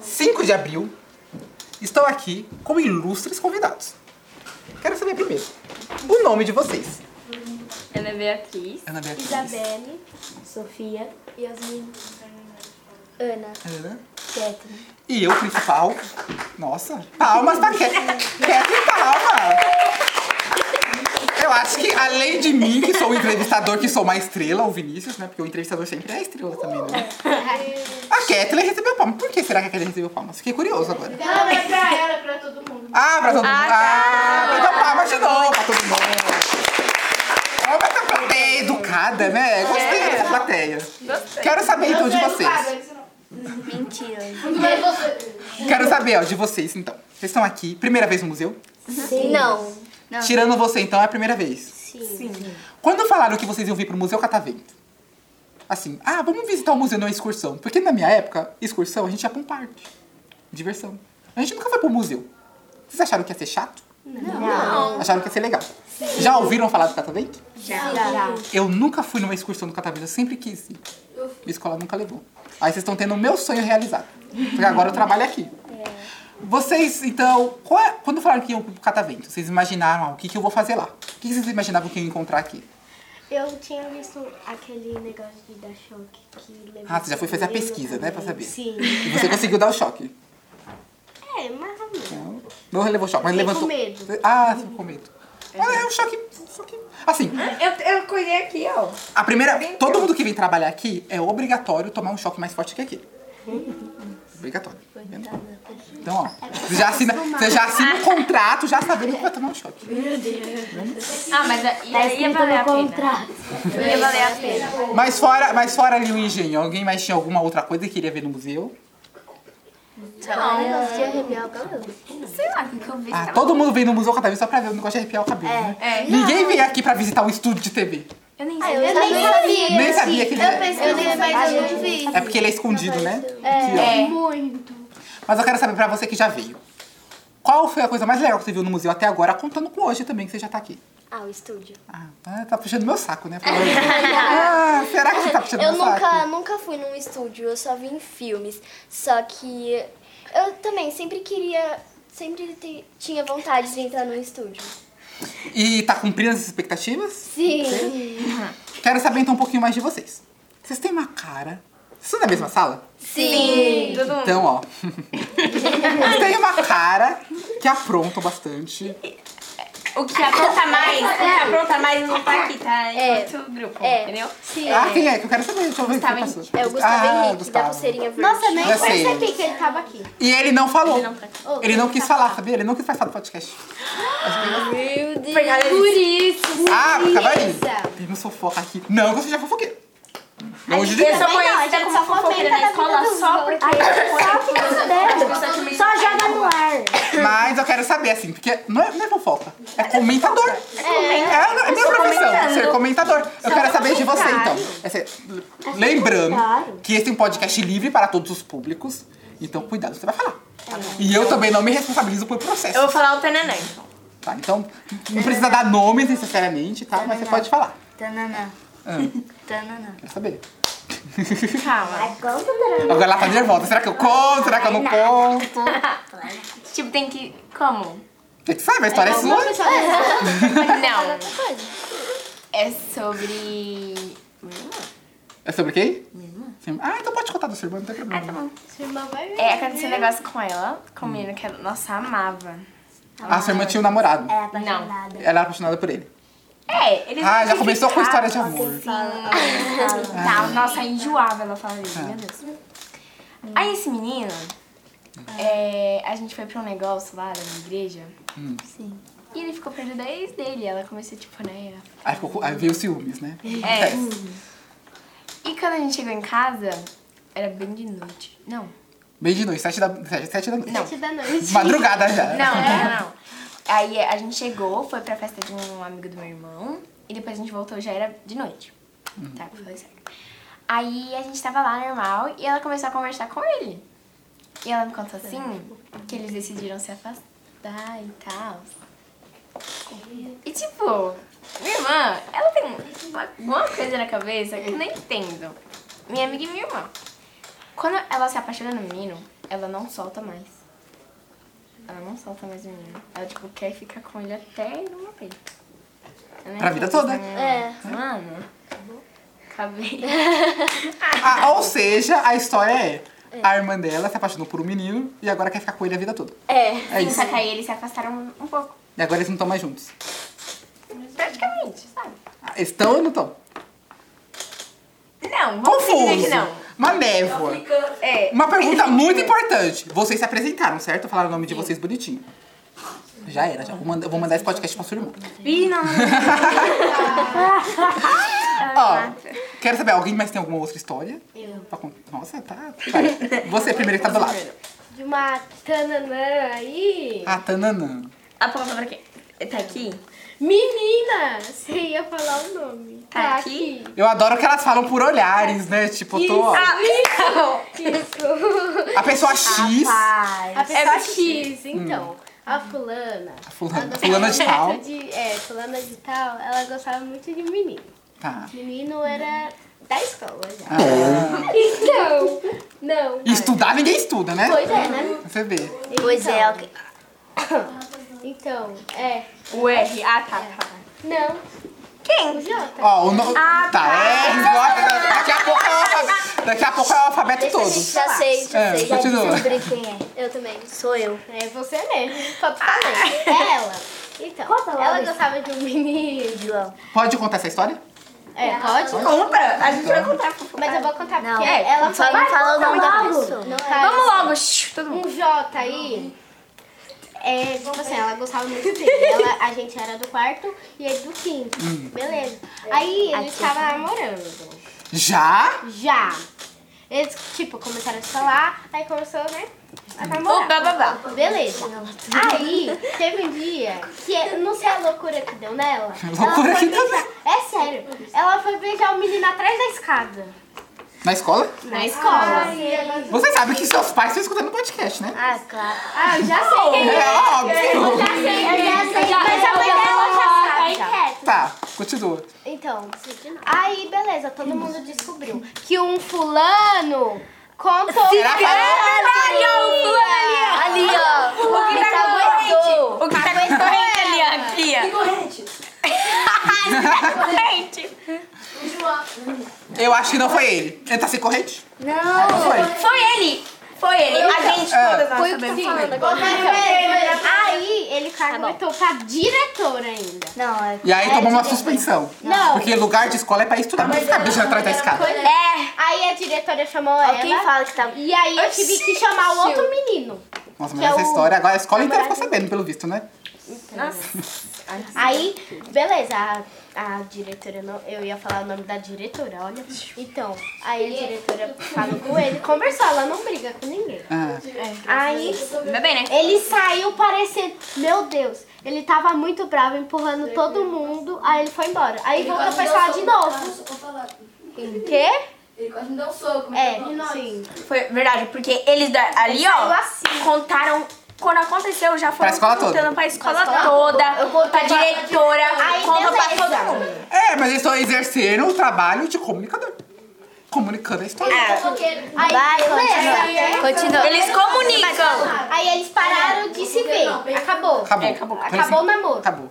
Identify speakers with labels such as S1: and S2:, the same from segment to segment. S1: 5 de abril, estou aqui com ilustres convidados. Quero saber primeiro o nome de vocês.
S2: Ana é Beatriz.
S1: Ana Beatriz.
S3: Isabelle,
S4: Sofia,
S3: Yasmin,
S4: Ana,
S1: Ana.
S4: Catherine.
S1: E eu, principal. Nossa, palmas pra Catherine. Catherine, palma! Eu acho que, além de mim, que sou o entrevistador, que sou uma estrela, o Vinícius, né? Porque o entrevistador sempre é estrela também, né? A Kathleen recebeu palmas. Por que será que a Kathleen recebeu palmas? Fiquei curioso agora.
S3: Ela vai é pra ela, pra todo mundo.
S1: Ah, pra todo mundo.
S2: Ah,
S1: Ah,
S2: tá.
S1: então palmas de novo pra todo mundo. Ela vai estar bem educada,
S2: É.
S1: né? Gostei dessa plateia. Quero saber,
S3: é
S1: então, de vocês.
S4: Mentira.
S3: Mas você...
S1: Quero saber, ó, de vocês, então. Vocês estão aqui, primeira vez no museu?
S4: Não.
S1: Tirando você, então, é a primeira vez.
S4: Sim.
S1: Quando falaram que vocês iam vir pro Museu Catavento? Assim, ah, vamos visitar o museu numa excursão. Porque na minha época, excursão, a gente ia pra um parque. Diversão. A gente nunca foi pro museu. Vocês acharam que ia ser chato? Não. Acharam que ia ser legal? Já ouviram falar do Catavento?
S4: Já.
S1: Eu nunca fui numa excursão do Catavento, eu sempre quis ir. Minha escola nunca levou. Aí vocês estão tendo o meu sonho realizado. Porque agora eu trabalho aqui. Vocês, então, qual é- quando falaram que iam pro Catavento, vocês imaginaram ah, o que, que eu vou fazer lá? O que, que vocês imaginavam que eu ia encontrar aqui?
S4: Eu tinha visto aquele negócio de dar choque que levou.
S1: Ah, você já foi fazer a
S4: comigo
S1: pesquisa, né, pra saber.
S4: também. Sim.
S1: E você conseguiu dar o choque.
S4: É, mais ou menos.
S1: Não, não levou choque, mas
S4: Fiquei
S1: levantou.
S4: com medo.
S1: Ah, ficou com medo. Mas é um choque, um choque. Assim,
S5: Eu, eu colhei aqui, ó.
S1: a primeira. Todo mundo que vem trabalhar aqui é obrigatório tomar um choque mais forte que aquele. Obrigatório. tá vendo? Então, ó. Você já assina, você já assina um contrato já sabendo que vai tomar um choque.
S2: Ah, mas a- e
S4: Tá
S2: aí ia
S4: escrito
S2: valer a
S4: no
S2: pena.
S4: contrato.
S2: Ia valer a pena.
S1: Mas fora, mas fora ali o engenho, alguém mais tinha alguma outra coisa que queria ver no museu?
S4: Não, negócio de arrepiar o cabelo.
S2: Sei lá, o que que eu vi. Tá
S1: Ah, todo mundo vem no museu cada vez só pra ver o negócio de arrepiar o cabelo, né? Ninguém vem aqui pra visitar um estúdio de TV.
S2: Eu nem
S4: Ah,
S2: sei.
S4: eu
S3: Eu nem sabia.
S1: Nem sabia que ele
S3: Eu
S1: era.
S3: pesquisei, mas eu não vi.
S1: É porque ele é escondido, né? Aqui, ó.
S2: É.
S3: Muito.
S1: Mas eu quero saber pra você que já veio. Qual foi a coisa mais legal que você viu no museu até agora, contando com hoje também, que você já tá aqui?
S4: Ah, o estúdio.
S1: Ah, ah, tá puxando meu saco, né? Ah, será que você tá puxando
S4: Eu
S1: meu
S4: nunca,
S1: saco?
S4: nunca fui num estúdio, eu só vi em filmes. Só que eu também sempre queria, sempre te- tinha vontade de entrar num estúdio.
S1: E tá cumprindo as expectativas?
S4: Sim.
S1: Quero saber então um pouquinho mais de vocês. Vocês têm uma cara. Vocês estão na mesma sala?
S2: Sim. Todo mundo.
S1: Então, ó. Vocês têm uma cara que aprontam bastante. Então-
S2: O que apronta mais, o que apronta mais não tá aqui, tá?
S4: É.
S2: Em outro grupo,
S4: É.
S2: entendeu?
S4: Sim.
S1: Ah, quem é? Que eu quero saber. Deixa eu ver
S2: Gustavo
S1: quem passou.
S4: É o Gustavo
S1: ah,
S4: Henrique, da
S1: Gustavo.
S4: pulseirinha verde.
S3: Nossa, nem
S1: Já sei.
S3: percebi que ele tava aqui.
S1: E ele não falou. Ele não, tá
S4: Oh,
S1: quis falar, sabia? Ele não quis participar do podcast.
S4: Meu Deus.
S2: Por isso.
S1: Ah, acaba aí. Teve um fofoca aqui. Não, você já fofoquei. Longe de
S2: Eu
S1: mim.
S2: sou conhecida como fofoqueira na
S4: Tá
S2: escola só porque eu Só joga no ar.
S1: Mas eu quero saber, assim, porque não é, não é fofoca. É comentador. É, é, a minha profissão, ser comentador. Eu quero saber de você, é então. Essa- lembrando que esse é um podcast livre para todos os públicos. Então, cuidado, você vai falar. E eu também não me responsabilizo por processo.
S2: Eu vou falar o Tananã. então.
S1: Tá, então, não precisa dar nomes necessariamente, tá? Mas você pode falar.
S4: Tananã.
S1: Ah,
S4: Tananã.
S1: quero saber. Tá.
S4: Ah,
S2: Calma.
S1: Agora ela tá nervosa. Será que eu conto? Será que eu não conto?
S2: Tipo, tem que... Como?
S1: Você que sabe, a história é sua.
S2: Não. É sobre... hum,
S1: É sobre quem? Minha irmã. Ah, então pode contar do seu irmão, não tem
S2: Ah,
S1: problema.
S2: tá
S3: Sua irmã vai ver.
S2: É, aconteceu um negócio com ela, com o menino que ela, nossa, amava.
S1: Ah, sua irmã tinha um namorado.
S4: tá
S2: Não.
S1: Ela era apaixonada por ele.
S2: É, eles
S1: Ah,
S2: não
S1: já começou com a história de
S2: ficavam,
S1: amor. É.
S2: Assim, tal. Nossa, enjoava ela falar isso, meu Deus. Aí esse menino, é, a gente foi pra um negócio lá na igreja.
S1: Hum.
S2: E ele ficou perto da ex dele, ela começou tipo, né?
S1: Aí, ficou, com- aí veio os ciúmes, né?
S2: É.
S1: Acontece.
S2: E quando a gente chegou em casa, era bem de noite. Não,
S1: Meio de noite, sete da, sete, sete da noite.
S2: não.
S3: Sete da noite.
S1: Madrugada já.
S2: Não, é. não, não. Aí é, a gente chegou, foi pra festa de um amigo do meu irmão. E depois a gente voltou, já era de noite. Tá, eu falei certo. Aí a gente tava lá normal e ela começou a conversar com ele. E ela me contou assim que eles decidiram se afastar. estudar e tal. E tipo, minha irmã, ela tem uma- alguma coisa na cabeça que eu não entendo. Minha amiga e minha irmã. Quando ela se apaixona no menino, ela não solta mais. Ela não solta mais o menino. Ela, tipo, quer ficar com ele até ele morrer. Eu não
S1: Pra vida
S2: entendo
S1: toda.
S2: essa minha irmã.
S4: É.
S2: Mano, acabei.
S1: Ah, ou seja, a história é. A irmã dela se apaixonou por um menino e agora quer ficar com ele a vida toda.
S4: É.
S1: É
S2: Sim,
S1: isso.
S2: só que aí eles se afastaram um pouco.
S1: E agora eles não estão mais juntos.
S2: Praticamente, sabe?
S1: Ah, Estão ou não estão?
S2: Não, vamos dizer
S1: Confuso.
S2: que não.
S1: Uma névoa.
S5: É.
S1: Uma pergunta muito importante. Vocês se apresentaram, certo? Falaram o nome de vocês bonitinho. Já era, já. Vou mandar, vou mandar esse podcast pra sua irmã.
S2: Ih, não, não, não.
S1: Ó, quero saber, alguém mais tem alguma outra história? Eu. Nossa, tá. vai. Você primeiro que tá do lado.
S3: De uma tananã aí.
S1: A Ah, Tananã.
S2: A palavra aqui. Tá aqui?
S3: Menina, você ia falar o nome.
S2: Tá aqui?
S1: Eu adoro que elas falam por olhares, né? Tipo, tô, ó,
S3: Isso.
S1: a pessoa X.
S3: A pessoa
S2: É
S3: X, então. A fulana.
S1: A fulana-
S3: ela gostava
S1: fulana de tal.
S3: muito de- é, fulana de tal, ela gostava muito de menino.
S1: Tá.
S3: Menino era da escola já.
S1: Ah.
S3: Então, não.
S1: E Estudar ninguém estuda, né?
S3: Pois é, né?
S1: Você vê.
S4: Pois é, ela-
S3: Então, é.
S2: O R. Ah, tá, tá.
S3: Não. Quem? O Jota.
S1: Ó, o no...
S2: Ah,
S1: Tá, é. Nossa, daqui a pouco é o alfabeto. Daqui a pouco é o alfabeto
S4: Deixa a
S1: todo.
S4: gente- Já sei, já
S1: É,
S4: sei. Já
S1: continua.
S4: descobri quem é. Eu também. Sou eu.
S3: É você mesmo. Só tu falei. É ela. Então, ela gostava de um menino.
S4: João.
S1: Pode contar essa história?
S3: É, pode?
S5: Conta! A gente vai contar.
S3: Mas eu vou contar
S4: Não.
S3: porque ela
S4: Só
S3: foi.
S4: não fala o nome da pessoa.
S3: Não é.
S2: Vamos logo. shh, todo mundo.
S3: um J aí. É, tipo assim, ela gostava muito dele. Ela, a gente era do quarto e ele do quinto. Beleza. Aí eles estavam namorando.
S1: Já?
S3: Já. Eles, tipo, começaram a se falar, aí começou, né? A namorar.
S2: O bababá.
S3: Beleza. Aí, teve um dia que, não sei a loucura que deu nela.
S1: Tá Loucura
S3: ela foi
S1: que deu
S3: beijar, É sério. Ela foi beijar o menino atrás da escada.
S1: Na escola?
S2: Na escola.
S1: Você sabe que seus pais estão escutando podcast, né?
S4: Ah, claro.
S3: Ah, eu já sei quem
S1: É óbvio.
S3: Já sei
S4: Eu já sei,
S3: Mas a mãe dela já sabe.
S4: é.
S1: Tá, continua.
S3: Então, aí beleza, todo mundo descobriu que um fulano contou
S1: Será que é?
S4: é Ali, ó.
S2: O que tá doente? O que tá doente ali, ó, aqui, ó. Corrente.
S1: Eu acho que não foi ele. Ele tá sem corrente?
S4: Não.
S1: Foi.
S2: Foi ele. Foi ele. A gente todas nós
S4: Foi o que
S2: sabemos.
S4: tá falando agora.
S3: Aí ele
S4: Tá
S3: caguetou pra diretora ainda.
S4: Não, é.
S1: E aí tomou uma suspensão.
S3: Não.
S1: Porque lugar de escola é pra estudar, não ficar bicho atrás da escada.
S2: É.
S3: Aí a diretora chamou
S4: Alguém
S3: ela.
S4: fala que tá.
S3: E aí eu tive que chamar o outro menino.
S1: Nossa, mas
S3: Que é
S1: essa
S3: o
S1: história, agora a escola inteira ficou
S3: namorado.
S1: sabendo, pelo visto, né?
S3: Aí, beleza, a, a diretora não. Eu ia falar o nome da diretora, olha. Então, aí a diretora falou com ele, conversou, ela não briga com ninguém.
S1: Ah,
S3: Aí
S2: Ainda bem, né?
S3: Ele saiu parecendo. Meu Deus, ele tava muito bravo, empurrando todo mundo. Aí ele foi embora. Aí voltou pra escola
S4: um
S3: de novo. Quê?
S6: Ele quase me deu um soco. mas
S3: É,
S6: eu não-
S3: sim.
S2: Foi verdade, porque eles da- ali, ó, contaram. Quando aconteceu, já foram
S1: escola toda.
S2: contando pra escola toda,
S3: Eu contei
S2: pra
S3: pra-
S2: diretora,
S3: Aí,
S2: conta pra
S3: beleza.
S2: todo mundo.
S1: É, mas eles estão exercendo o trabalho de comunicador. Comunicando a história.
S3: Aí,
S4: Vai,
S3: beleza.
S4: continua. Continua.
S2: Eles comunicam.
S3: Aí eles pararam de se ver. Acabou.
S1: Acabou.
S2: É, acabou.
S1: Então,
S3: Acabou
S1: assim,
S3: o namoro.
S1: Acabou. Um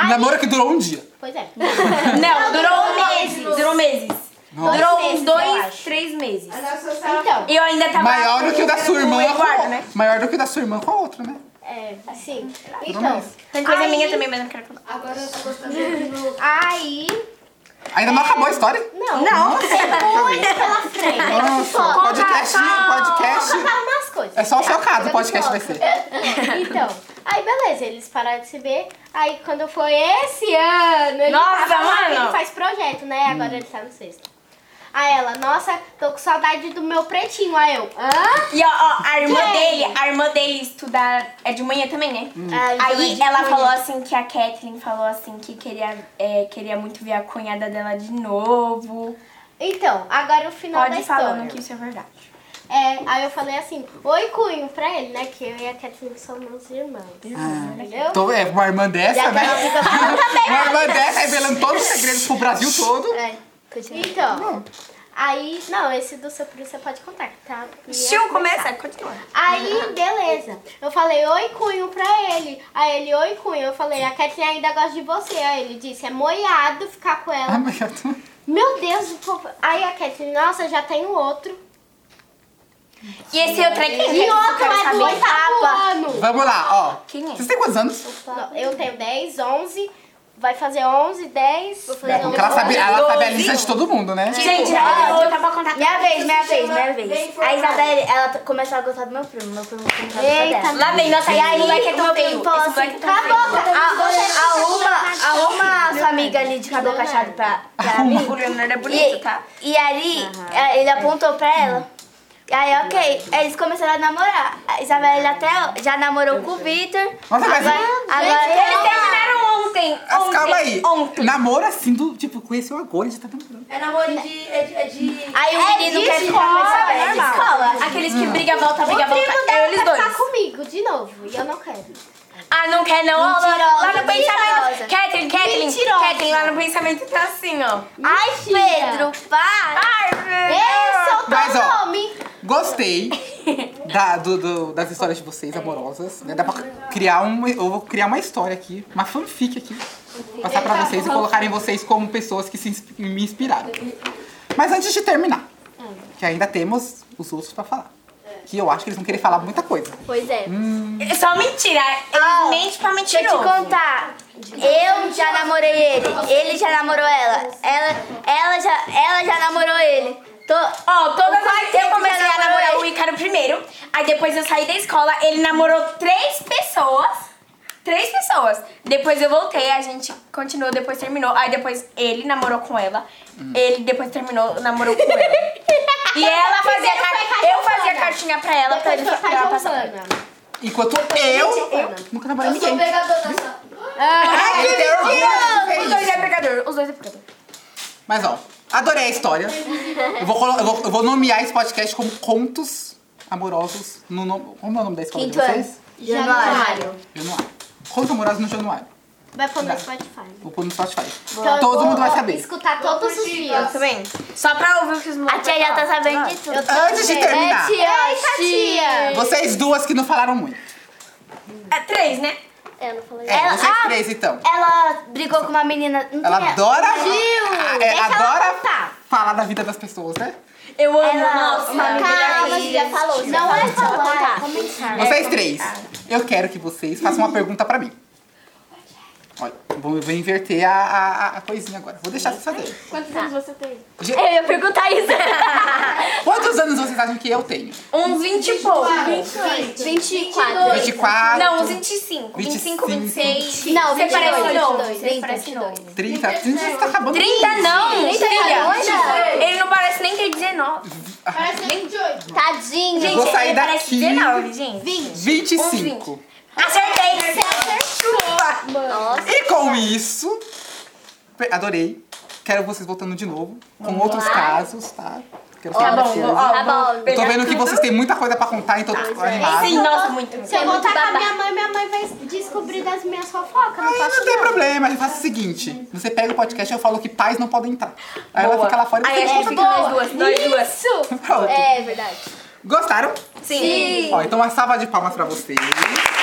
S3: Aí-
S1: namoro que durou um dia.
S3: Pois é.
S2: Não, durou meses. Durou meses.
S1: Nossa.
S2: Durou
S3: meses,
S2: uns
S3: eu
S2: dois,
S3: acho.
S2: três meses.
S3: Então,
S2: E eu ainda tava.
S1: Maior do que o da sua irmã.
S2: O Eduardo,
S1: com-
S2: né?
S1: Maior do que o da sua irmã com a outra, né?
S3: é, sim. Então,
S2: Tem coisa
S3: Aí-
S2: minha também, mas não quero falar.
S3: Então-
S6: Agora eu tô gostando de novo.
S3: aí.
S1: Ainda não acabou a história?
S3: Não,
S1: Não.
S3: muito pela frente.
S1: Nossa, podcast, podcast.
S3: contar umas coisas.
S1: É só o seu caso, o podcast vai
S3: Foca.
S1: ser.
S3: Então, aí beleza, eles pararam de se ver. Aí quando foi esse ano, ele
S2: Nossa,
S3: tava lá,
S2: mano!
S3: ele faz projeto, né? Agora ele tá no sexto. Aí ela, nossa, tô com saudade do meu pretinho. Aí eu, hã?
S2: E ó, ó, a irmã
S3: Quem?
S2: dele, a irmã dele estudar é de manhã também, né?
S1: Hum.
S4: Ah,
S2: Aí ela falou assim que a Kathleen falou assim que queria, é, queria muito ver a cunhada dela de novo.
S3: Então, agora o final da
S2: Pode
S3: história.
S2: falando que isso é verdade.
S3: É, aí eu falei assim, oi cunho pra ele, né? Que eu e a Catherine somos irmãos. Entendeu?
S1: Então, é, uma irmã dessa, né?
S3: Ela fica falando
S2: tá
S3: também.
S1: Uma irmã dessa revelando todos os segredos pro Brasil todo.
S3: É.
S4: Continua.
S3: Então, aí, não, esse do seu primo você pode contar, tá? E
S2: Tio, começa, continua.
S3: Aí, beleza. Eu falei, oi, cunho, pra ele. Aí ele, oi, cunho. Eu falei, a Catherine ainda gosta de você. Aí ele disse, é moiado ficar com
S1: Ah,
S3: ela.
S1: mas eu tô-
S3: Meu Deus, do povo. Aí a Catherine, nossa, já tem um outro.
S2: E esse outro aqui?
S3: E outro é do oitavo ano.
S1: Vamos lá, ó.
S2: Quem é?
S1: Vocês têm quantos anos?
S3: Não, Eu tenho 10, 11, vai fazer 11, 10. Vou fazer
S1: É, porque ela sabe, ela sabe a lista de todo mundo, né?
S2: Gente, é
S4: Ó,
S2: ó,
S4: tá pra contar. Minha vez, minha vez, minha vez. A Isabelle, ela t- começou a gostar do meu primo. Meu primo começou a gostar
S3: Eita,
S4: dela.
S2: lá vem, nossa,
S4: E aí,
S2: moleque é
S4: o meu primo
S2: tonteio.
S4: falou
S2: Esse
S4: assim,
S2: moleque é
S4: cala a boca. A- a- Arruma arruma a sua amiga ali de cabelo cacheado pra, pra mim.
S2: O Leonardo é bonito,
S4: E,
S2: tá?
S4: e aí, é, ele apontou pra ela. Aí, ok, eles começaram a namorar. A Isabelle até já namorou com o Victor.
S1: Nossa, mas-
S4: Agora, agora um-
S2: Eles terminaram ontem.
S1: Mas
S2: é ontem,
S1: calma aí.
S2: Ontem.
S1: Namoro assim do tipo, conheceu agora e já tá namorando.
S6: É namoro de. É de. É de...
S3: Ah,
S4: Aí o menino quer ficar com a Isabelle.
S2: É de escola. Aqueles que briga, volta, briga,
S3: O primo
S2: volta.
S3: dela
S2: Eles
S3: quer
S2: dois.
S3: ficar comigo de novo e eu não quero.
S2: Ah, não quer não? Ó, lá- lá no
S4: Mentirosa,
S2: pensamento.
S4: mentirosa.
S2: Catherine, Catherine.
S3: Mentirosa.
S2: Catherine, lá no pensamento tá assim, ó.
S4: Ai, Pedro, para!
S2: Ai, velho.
S3: Esse é o
S1: Mas,
S3: teu
S1: ó.
S3: nome.
S1: Gostei da- do- do- das histórias de vocês, amorosas. né? Dá pra criar uma. Eu vou criar uma história aqui, uma fanfic aqui. Passar pra vocês e colocarem vocês como pessoas que se insp- me inspiraram. Mas antes de terminar, que ainda temos os outros pra falar. Que eu acho que eles vão querer falar muita coisa.
S4: Pois é.
S2: É Só mentira.
S4: Ó,
S2: Eles mente pra
S4: Deixa eu te
S2: mentiroso.
S4: contar. Eu já namorei ele. Ele já namorou ela. Ela, ela, já, ela já namorou ele. Tô,
S2: Ó, todas
S4: O
S2: as
S4: quarteto
S2: eu comecei
S4: já
S2: a
S4: namorou
S2: namorar
S4: ele.
S2: o Ícaro primeiro. Aí depois eu saí da escola, ele namorou três pessoas. Três pessoas. Depois eu voltei, a gente continuou, depois terminou. Aí depois ele namorou com ela. Ele depois terminou, namorou com ela. e ela fazia
S3: Primeiro foi
S2: cartinha. Eu
S3: Caixa
S2: fazia
S3: Urbana.
S2: cartinha pra ela pra
S3: Depois
S2: ele
S3: foi
S2: pra ela
S3: Caixa
S2: passar.
S3: Urbana.
S1: Tá. Enquanto eu,
S3: Urbana.
S1: nunca namorei
S6: Sou
S1: ninguém.
S6: pegador da sua.
S3: Ah.
S1: Ai, que orgulho
S2: Os
S1: de
S2: dois
S1: vocês.
S2: é pregador, os dois é pregador.
S1: Mas ó, adorei a história. Eu vou, colo- eu vou- eu vou nomear esse podcast como Contos Amorosos no nome. Como é o nome da escola
S4: Quinto
S1: de vocês?
S4: Januário.
S1: Januário. Contos Amorosos no Januário.
S3: Vai pôr no Spotify.
S1: Vou pôr no Spotify.
S3: Então, eu
S1: Todo
S3: vou
S1: mundo vai saber.
S3: Escutar todos os dias.
S2: Também. Só pra ouvir o que os
S4: A
S2: moleques
S4: tia já tá
S2: falam.
S4: sabendo de tudo.
S1: Antes de terminar,
S3: Eita, tá, tia!
S1: vocês duas que não falaram muito.
S2: É três, né?
S4: Eu não falei.
S1: É,
S4: Ela,
S1: vocês
S4: ah,
S1: três então.
S4: ela brigou com uma menina. não
S1: Ela
S4: tem-
S1: adora.
S4: Viu?
S1: É,
S4: Deixa ela
S1: adora
S4: contar.
S1: falar da vida das pessoas, né?
S2: Eu amo.
S4: Ela-
S2: nossa,
S4: uma
S2: maravilhosa.
S4: Calma, você já falou. você já
S3: Não
S4: falou,
S3: é
S4: você já
S3: falar,
S4: contar.
S3: é comentar.
S4: Ah,
S1: Vocês três, eu quero que vocês façam uma pergunta pra mim. Olha, vou, vou inverter a, a- a coisinha agora. Vou deixar vocês fazerem.
S7: Quantos
S4: Tá.
S7: anos você tem?
S4: Eu ia perguntar isso.
S1: Quantos anos vocês acham que eu tenho?
S2: Uns 20 e pouco.
S4: 24.
S1: 24,
S2: Não, uns 25.
S1: 25,
S2: 25, 26.
S4: Não,
S2: Você
S4: 22,
S2: parece novo.
S4: 22,
S2: Você parece novo.
S1: 30, 30, você tá acabando.
S2: 30 não, filha.
S4: doida?
S2: Ele não parece nem ter 19.
S6: Parece é 28.
S4: Tadinho.
S2: Gente,
S1: Vou sair
S2: ele parece
S1: daqui.
S2: 19, gente.
S1: 25.
S2: Acertei.
S4: Nossa.
S1: E com isso, pe- adorei. Quero vocês voltando de novo, com outros casos, tá? Quero
S2: Tá
S1: saber
S2: bom,
S1: vocês.
S2: vou- ó, Tá, vou
S4: Tá bom.
S1: Eu tô
S2: pegar
S1: vendo que
S2: tudo.
S1: vocês têm muita coisa pra contar, então tô animada.
S2: Sim, nossa, muito.
S3: Se eu
S4: É muito
S3: voltar com a
S4: babá.
S3: minha mãe, minha mãe vai descobrir das minhas fofocas. Não
S1: Aí
S3: posso
S1: não tem problema, eu faço o seguinte: você pega o podcast, eu falo que pais não podem entrar. Aí ela
S2: Boa.
S1: fica lá fora e
S2: Aí a
S1: você
S2: gente fica nós duas. Nós duas.
S1: Pronto.
S4: É verdade.
S1: Gostaram?
S2: Sim.
S1: Ó, então uma salva de palmas pra vocês.